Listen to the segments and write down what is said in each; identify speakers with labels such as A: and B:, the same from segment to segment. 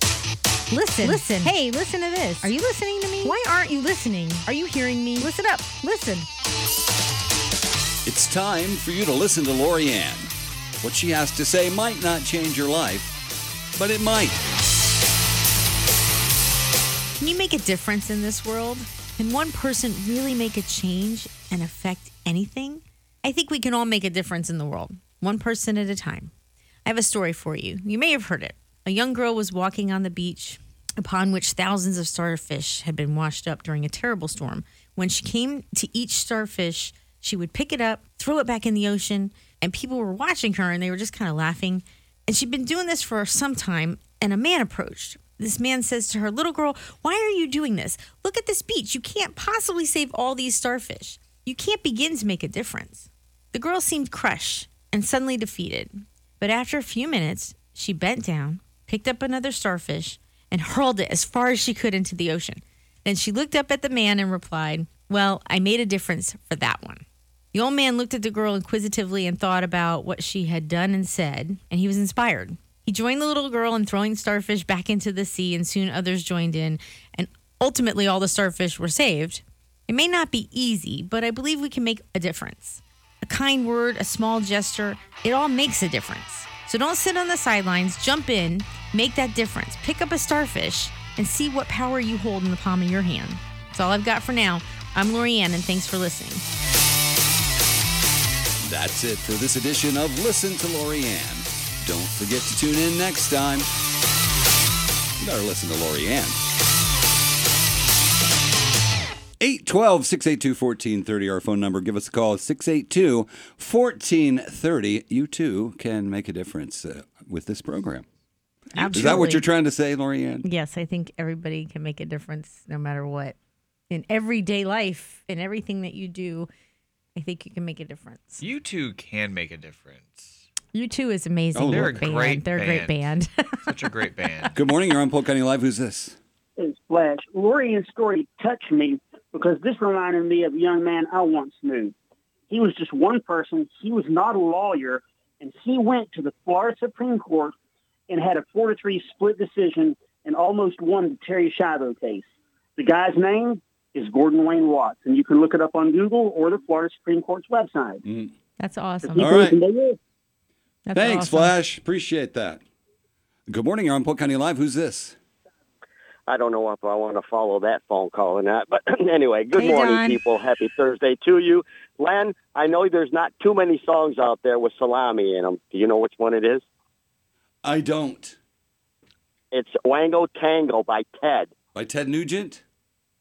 A: this? Listen. Listen. Hey, listen to this. Are you listening to me? Why aren't you listening? Are you hearing me? Listen up. Listen.
B: It's time for you to listen to Lorianne. What she has to say might not change your life, but it might.
A: Can you make a difference in this world? Can one person really make a change and affect anything? I think we can all make a difference in the world, one person at a time. I have a story for you. You may have heard it. A young girl was walking on the beach upon which thousands of starfish had been washed up during a terrible storm. When she came to each starfish, she would pick it up, throw it back in the ocean, and people were watching her and they were just kind of laughing. And she'd been doing this for some time, and a man approached. This man says to her, Little girl, why are you doing this? Look at this beach. You can't possibly save all these starfish. You can't begin to make a difference. The girl seemed crushed and suddenly defeated. But after a few minutes, she bent down, picked up another starfish, and hurled it as far as she could into the ocean. Then she looked up at the man and replied, Well, I made a difference for that one. The old man looked at the girl inquisitively and thought about what she had done and said, and he was inspired. He joined the little girl in throwing starfish back into the sea, and soon others joined in, and ultimately all the starfish were saved. It may not be easy, but I believe we can make a difference. A kind word, a small gesture, it all makes a difference. So don't sit on the sidelines, jump in, make that difference. Pick up a starfish and see what power you hold in the palm of your hand. That's all I've got for now. I'm Lorianne, and thanks for listening.
B: That's it for this edition of Listen to Lorianne. Don't forget to tune in next time. You better listen to Lorianne. 812 682 1430, our phone number. Give us a call, 682 1430. You too can make a difference uh, with this program. Is that what you're trying to say, Lorianne?
A: Yes, I think everybody can make a difference no matter what. In everyday life, in everything that you do, I think you can make a difference.
C: You two can make a difference.
A: You too is amazing.
B: Oh,
C: They're a
B: look.
A: band.
C: great
A: They're a great band.
C: Such a great band.
B: Good morning. You're on Polk County Live. Who's this?
D: is Flash. Lorian's story touched me because this reminded me of a young man I once knew. He was just one person. He was not a lawyer, and he went to the Florida Supreme Court and had a 4-3 split decision and almost won the Terry Shiloh case. The guy's name is Gordon Wayne Watts, and you can look it up on Google or the Florida Supreme Court's website.
A: That's awesome.
B: Mm. All right.
A: That's
B: Thanks,
A: awesome.
B: Flash. Appreciate that. Good morning. You're on Polk County Live. Who's this?
E: I don't know if I want to follow that phone call or not, but anyway, good
A: Hey,
E: morning,
A: Don.
E: people. Happy Thursday to you. Len, I know there's not too many songs out there with salami in them. Do you know which one it is?
B: I don't.
E: It's Wango Tango by Ted.
B: By Ted Nugent?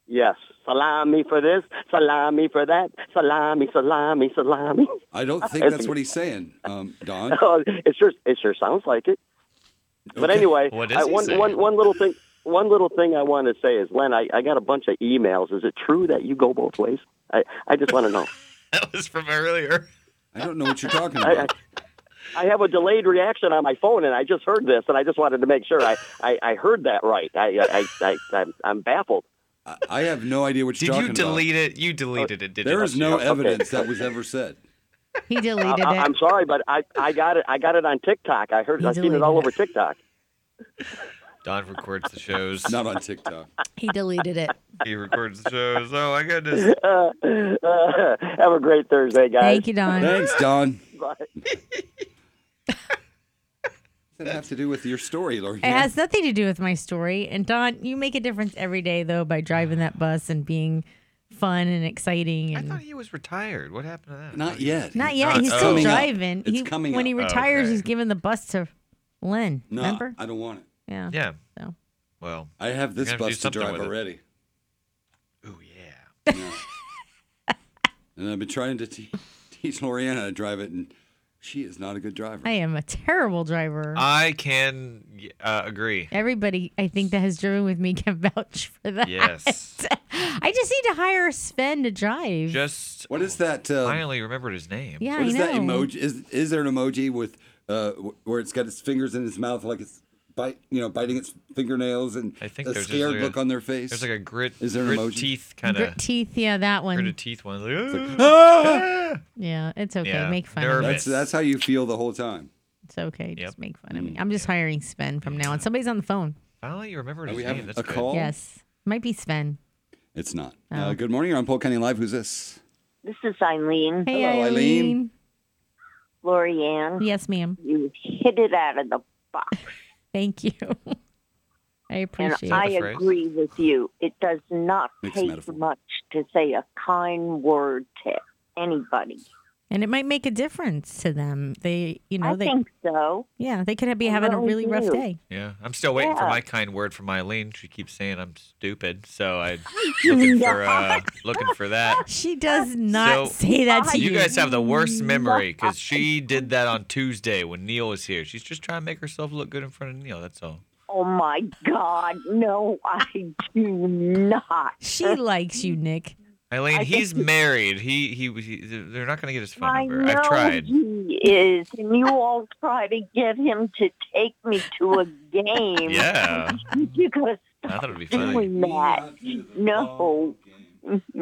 E: Yes. Salami for this, salami for that, salami, salami, salami. Oh,
B: I don't think that's what he's saying, um, Don.
E: it sure it sure sounds like it. But
B: Okay.
E: anyway,
C: What is
E: I,
C: he
E: one,
C: saying?
E: one, one little thing. One little thing I want to say is, Len, I, I got a bunch of emails. Is it true that you go both ways? I, I just want to know.
C: That was from earlier.
B: I don't know what you're talking
E: I, I,
B: about.
E: I have a delayed reaction on my phone, and I just heard this, and I just wanted to make sure I, I, I heard that right. I, I, I, I I'm, I'm baffled.
B: I, I have no idea what you're
C: Did you
B: talking
C: delete it? You deleted it, did
B: about. There
C: you?
B: is no evidence that was ever said.
A: He
E: I,
A: deleted
F: Uh,
E: I,
A: it.
E: I'm sorry, but I, I got it. I got it on TikTok. I heard.
A: You
E: I seen it
A: deleted
E: all
A: it.
E: over TikTok.
C: Don records the shows.
B: Not on TikTok.
A: He deleted it.
C: He records the shows. Oh my goodness.
E: Uh, uh, have a great Thursday, guys.
A: Thank you, Don.
B: Thanks, Don.
E: Bye.
B: Does that have to do with your story, Lori?
A: It has nothing to do with my story. And Don, you make a difference every day though by driving that bus and being fun and exciting.
C: I
A: And
C: thought he was retired. What happened to that?
B: Not yet.
A: not yet.
C: Not-
A: he's
C: oh.
A: still
B: Coming up.
A: driving.
B: It's
A: he,
B: coming
A: when he
B: up.
A: retires,
C: Okay.
A: he's giving the bus to Len.
B: No,
A: remember?
B: I don't want it.
A: yeah.
C: Yeah.
A: So.
C: Well.
B: I have this
C: You're gonna have
B: bus to
C: to do something
B: drive
C: with it.
B: already.
C: Ooh yeah.
B: And I've been trying to te- teach Lorianne how to drive it, and she is not a good driver.
A: I am a terrible driver.
C: I can uh, agree.
A: Everybody, I think that has driven with me can vouch for that.
C: Yes.
A: I just need to hire Sven to drive.
C: Just.
B: What is that? Uh,
C: I only remembered his name.
A: yeah,
B: what
A: I
B: is
A: know.
B: that emoji? Is is there an emoji with uh, wh- where it's got its fingers in its mouth, like it's bite, you know, biting its fingernails, and
C: I think
B: a
C: there's just
B: scared
C: like a-
B: look on their face?
C: There's like a grit.
B: Is there an
C: grit
B: emoji?
C: teeth kind
A: Grit
C: of
A: teeth, yeah, that one.
C: gritted teeth one. Like, "Ah!"
A: yeah, it's okay.
C: Yeah,
A: Make fun
C: nerve-
A: of me.
B: that's that's how you feel the whole time.
A: It's okay. Just
C: Yep. Mm,
A: make fun of me. I'm just hiring Sven from now on. Somebody's on the phone.
C: Finally, you remembered
B: Oh,
C: his
B: we have
C: name. That's
B: a
C: good.
B: call?
A: Yes. Might be Sven.
B: It's not.
A: Oh.
B: Uh, good morning. You're on Paul Kenny Live. Who's this?
F: This is Eileen,
A: Hey,
B: Hello, Eileen.
F: Lori Ann.
A: Yes, ma'am.
F: You hit it out of the box.
A: Thank you. I
F: And
A: appreciate it.
F: I
C: the phrase.
F: agree with you. It does not
B: Mixed
F: take
B: metaphor.
F: much to say a kind word to anybody.
A: and it might make a difference to them. They, you know,
F: I
A: they,
F: think so.
A: yeah, they could be
F: I
A: having a really
F: really
A: rough
F: do.
A: day.
C: Yeah, I'm still waiting for
F: Yeah.
C: my kind word from Eileen. She keeps saying I'm stupid, so I'm looking for uh, looking for that.
A: She does not
C: So-
A: say that to
C: You
A: you.
C: guys have the worst memory because she did that on Tuesday when Neil was here. She's just trying to make herself look good in front of Neil. That's all.
F: Oh my God. No, I do not.
A: she likes you, Nick.
C: Eileen,
F: I
C: he's married. He, he he they're not going to get his phone
F: I
C: number.
F: know
C: I've tried.
F: he is, and you all try to get him to take me to a game.
C: Yeah,
F: You gotta
C: I
F: stop
C: thought it'd be funny.
F: doing that. No,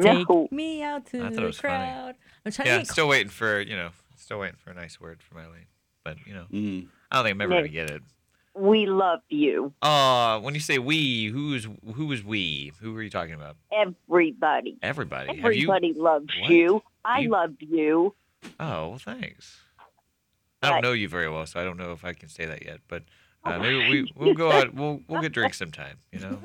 A: Take
F: no.
A: me out to
C: I thought it
A: the
C: was funny.
A: crowd. I'm trying to
C: Yeah, I'm
A: get
C: still waiting for you know, still waiting for a nice word from Eileen. But you know,
B: Mm.
C: I don't think I'm ever going to get it.
F: We love you,
C: Uh, when you say we, who's who is we? Who are you talking about?
F: everybody.
C: Everybody. Have you-
F: Everybody loves
C: What?
F: you. I
C: You-
F: love you.
C: Oh well, thanks. I don't
F: But-
C: know you very well, so I don't know if I can say that yet. But
F: Oh.
C: uh, maybe we we'll go out. We'll we'll get drinks sometime. You know.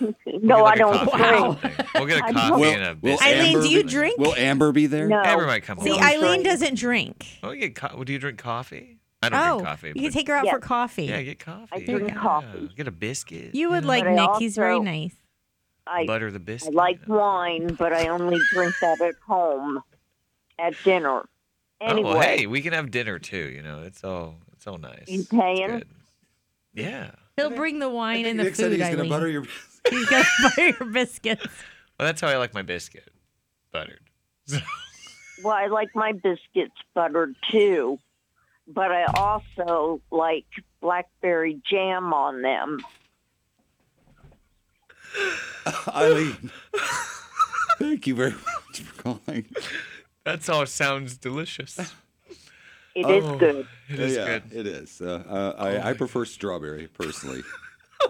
C: We'll
F: No, I
C: get, like, a
F: don't
C: coffee or
F: drink.
C: something. We'll get
F: I
C: a
F: don't-
C: coffee
B: Well-
C: and a
B: well,
C: biscuit.
A: Eileen,
B: Amber-
A: do you drink?
B: Hmm. Will Amber be there?
F: No.
C: Amber might come
A: See,
C: over.
F: I'm I-
A: Eileen
F: sorry.
A: doesn't drink.
C: oh, you get co- do you drink coffee? I don't
A: Oh,
C: drink coffee.
A: you can
C: but-
A: take her out
F: Yeah.
A: for coffee.
C: yeah, get coffee.
F: drink
C: yeah.
F: coffee.
C: Get a biscuit.
A: You would
C: know,
A: like
F: Mm-hmm. But I
A: Nick. He's very
F: also-
A: nice.
F: I,
C: butter the
F: I
C: biscuit.
F: like
C: you know.
F: wine, but I only drink that at home at dinner. Anyway,
C: Oh, well, hey, we can have dinner too. You know, it's all it's all nice.
F: You
C: It's
F: paying?
C: good. Yeah.
A: He'll bring the wine and the
B: Nick
A: food.
B: said he's
A: Eileen.
B: gonna butter your.
A: He's gonna butter your biscuits.
C: Well, that's how I like my biscuit, buttered.
F: well, I like my biscuits buttered too, but I also like blackberry jam on them.
B: Eileen. Thank you very much for calling.
C: That's all sounds delicious.
F: It is
C: Oh,
F: good.
C: It is
B: yeah,
C: good.
B: It is. Uh, uh, I, I prefer strawberry personally.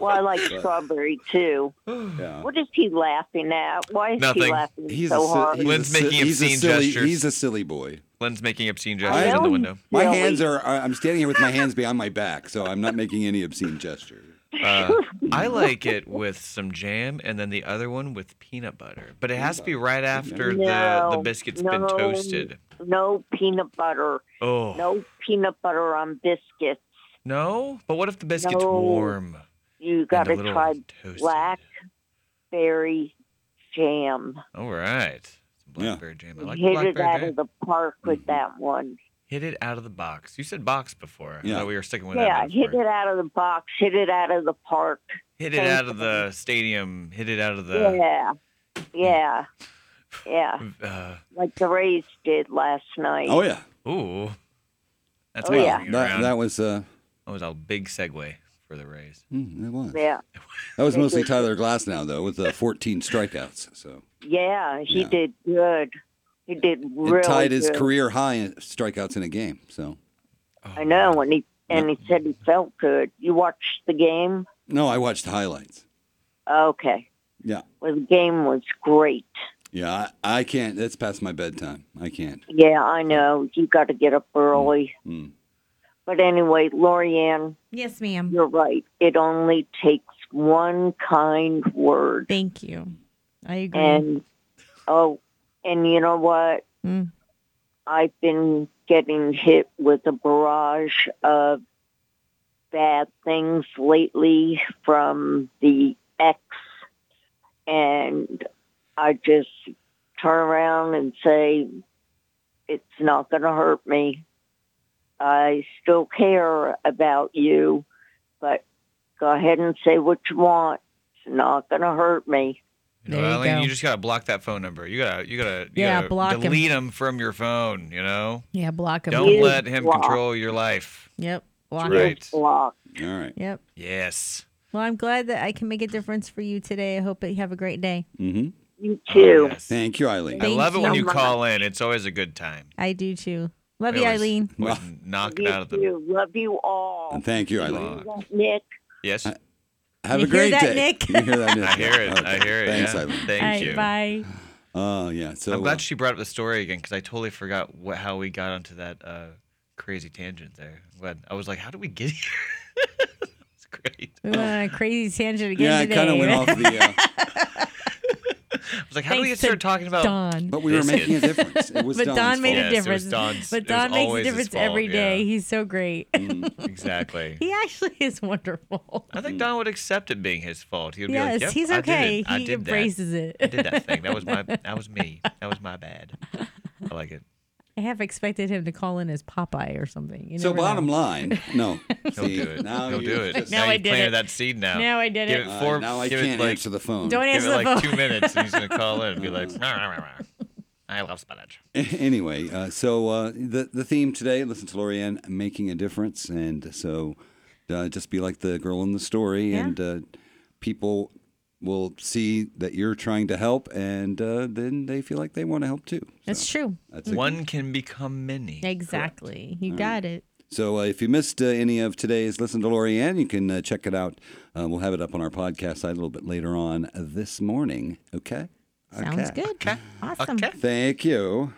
F: Well, I like strawberry too.
B: Yeah.
F: What is he laughing at? Why is he
C: Nothing.
F: laughing
B: He's
F: so
B: a, si-
F: hard?
B: he's,
C: Lynn's
B: a, si-
C: making
B: he's, a
C: obscene
B: silly,
C: gestures.
B: he's a silly boy.
C: Lynn's making obscene
F: I
C: gestures in
F: know
C: the
F: he-
C: window.
B: My
F: Silly.
B: hands are. I- I'm standing here with my hands behind my back, so I'm not making any obscene gesture.
C: Uh, I like it with some jam and then the other one with peanut butter. But it has to be right after the,
F: No,
C: the biscuit's been
F: no.
C: toasted.
F: No peanut butter.
C: Oh. No?
F: No peanut butter on biscuits.
C: But what if the biscuit's
F: No.
C: warm?
F: You
C: and
F: got
C: the
F: to
C: little
F: try
C: toasted?
F: blackberry jam.
C: All right. Some
B: Yeah.
C: blackberry jam. I like the
F: Hit it
C: blackberry
F: out
C: jam. Mm-hmm.
F: of the park with
B: Mhm.
F: that one.
C: Hit it out of the box. You said box before.
B: Yeah.
C: Yeah. we were sticking with
F: yeah,
C: that.
F: hit
C: metaphor.
F: it out of the box. Hit it out of the park.
C: Hit it out of the stadium. Hit it out of the.
F: yeah, yeah, yeah. Like the Rays did last night.
B: Oh yeah,
C: Uh, ooh. That's how
F: Oh,
C: I was
F: yeah.
C: hanging
B: that,
C: around.
B: that was. Uh,
C: That was a big segue for the Rays.
B: mm, it was.
F: yeah.
B: That was
F: They
B: mostly
F: did.
B: Tyler Glass now though, with uh, 14 strikeouts. So
F: Yeah, he
B: Yeah.
F: did good. He did really
B: it tied his
F: good.
B: career high in strikeouts in a game. So
F: I know, and he and he said he felt good. You watched the game?
B: no, I watched the highlights.
F: Okay.
B: Yeah,
F: Well, the game was great.
B: yeah. I, I can't. That's past my bedtime. I can't.
F: Yeah, I know. You got to get up
C: Mm-hmm.
F: early.
B: Mm.
F: But anyway, Lorianne,
A: Yes, ma'am.
F: you're right. It only takes one kind word.
A: Thank you. I agree.
F: And oh, and you know what?
A: Mm.
F: I've been getting hit with a barrage of bad things lately from the ex, and I just turn around and say, "It's not going to hurt me. I still care about you, but go ahead and say what you want. It's not going to hurt me."
C: You know,
A: There you
C: Eileen,
A: go.
C: you just gotta block that phone number. You gotta, you gotta, you
A: Yeah,
C: gotta
A: block him.
C: delete him. from your phone. You know,
A: yeah, block him.
C: don't
F: You
C: let him
F: block.
C: control your life.
A: Yep. Block
C: Right.
A: him.
F: It's blocked.
B: All right.
A: Yep.
C: Yes.
A: Well, I'm glad that I can make a difference for you today. I hope that you have a great day.
B: Mm-hmm.
F: You
C: Oh,
F: too.
C: yes.
B: Thank you, Eileen.
C: I
A: Thank
C: love it when
A: you.
C: you call in. It's always a good time.
A: I do too. Love
C: We
A: you,
C: always-
A: Eileen.
C: always knock it
F: Love
C: out of the.
F: you. Love you all.
B: And thank you, Eileen.
C: Block.
F: Nick,
C: Yes.
B: Have
A: You
B: a
A: hear
B: great
A: that,
B: day.
A: Nick?
B: You hear that, Nick?
C: I hear it. I
B: Okay.
C: hear it.
B: Thanks,
C: yeah.
B: Eileen.
C: Thank
A: All right,
C: you.
A: Bye.
B: Oh, yeah. So
C: I'm
B: uh,
C: glad she brought up the story again because I totally forgot what, how we got onto that uh, crazy tangent there. I'm glad I was like, how did we get here? It's great.
A: We went on a crazy tangent again
B: yeah, I
A: today.
B: kind of went off the. Uh,
C: I was like, how do we get
A: Thanks to
C: started talking about?
A: Don.
B: but we were
C: This
B: making a
C: is-
B: difference. It was
A: But
B: Don's
A: Don made
B: fault.
A: a
C: Yes, it was
A: difference.
C: Don's-
A: but
C: it
A: Don
C: was
A: makes a
C: always his
A: difference
C: fault,
A: every day.
C: yeah. Mm.
A: He's so great.
C: Exactly.
A: he actually is wonderful.
C: I think Don would accept it being his fault. He would
A: yes,
C: be like, yep,
A: he's
C: I did it.
A: okay.
C: I
A: he
C: did that.
A: embraces it.
C: I did that thing. That was my. That was me. That was my bad. I like it.
A: I half expected him to call in as Popeye or something. You
B: So
A: never
B: bottom
A: know.
B: line, no.
C: He'll
B: See,
C: do it.
B: Now
C: He'll
B: you
C: do it.
B: just-
A: Now
C: now
A: I
C: you've
A: did
C: planted
A: it.
C: that seed now.
A: Now I did
C: give
A: it.
C: it
B: Uh,
C: four.
B: now I
C: give it
B: can't
C: like,
B: answer the phone.
A: Don't
C: Give
A: answer
C: it
A: the phone.
C: like two minutes, and he's gonna call in and be like, "Rah, rah, rah, rah. "I love spinach."
B: anyway, uh, so uh, the the theme today, listen to Lorianne, making a difference, and so uh, just be like the girl in the story,
A: Yeah.
B: and uh, people will see that you're trying to help, and uh, then they feel like they want to help too.
A: That's true.
B: That's a-
C: One can become many.
A: Exactly. You got it.
B: So uh, if you missed uh, any of today's Listen to Lorianne, you can uh, check it out. Uh, we'll have it up on our podcast site a little bit later on this morning. Okay.
A: Sounds
B: Okay.
A: good. Awesome.
C: Okay.
B: Thank you.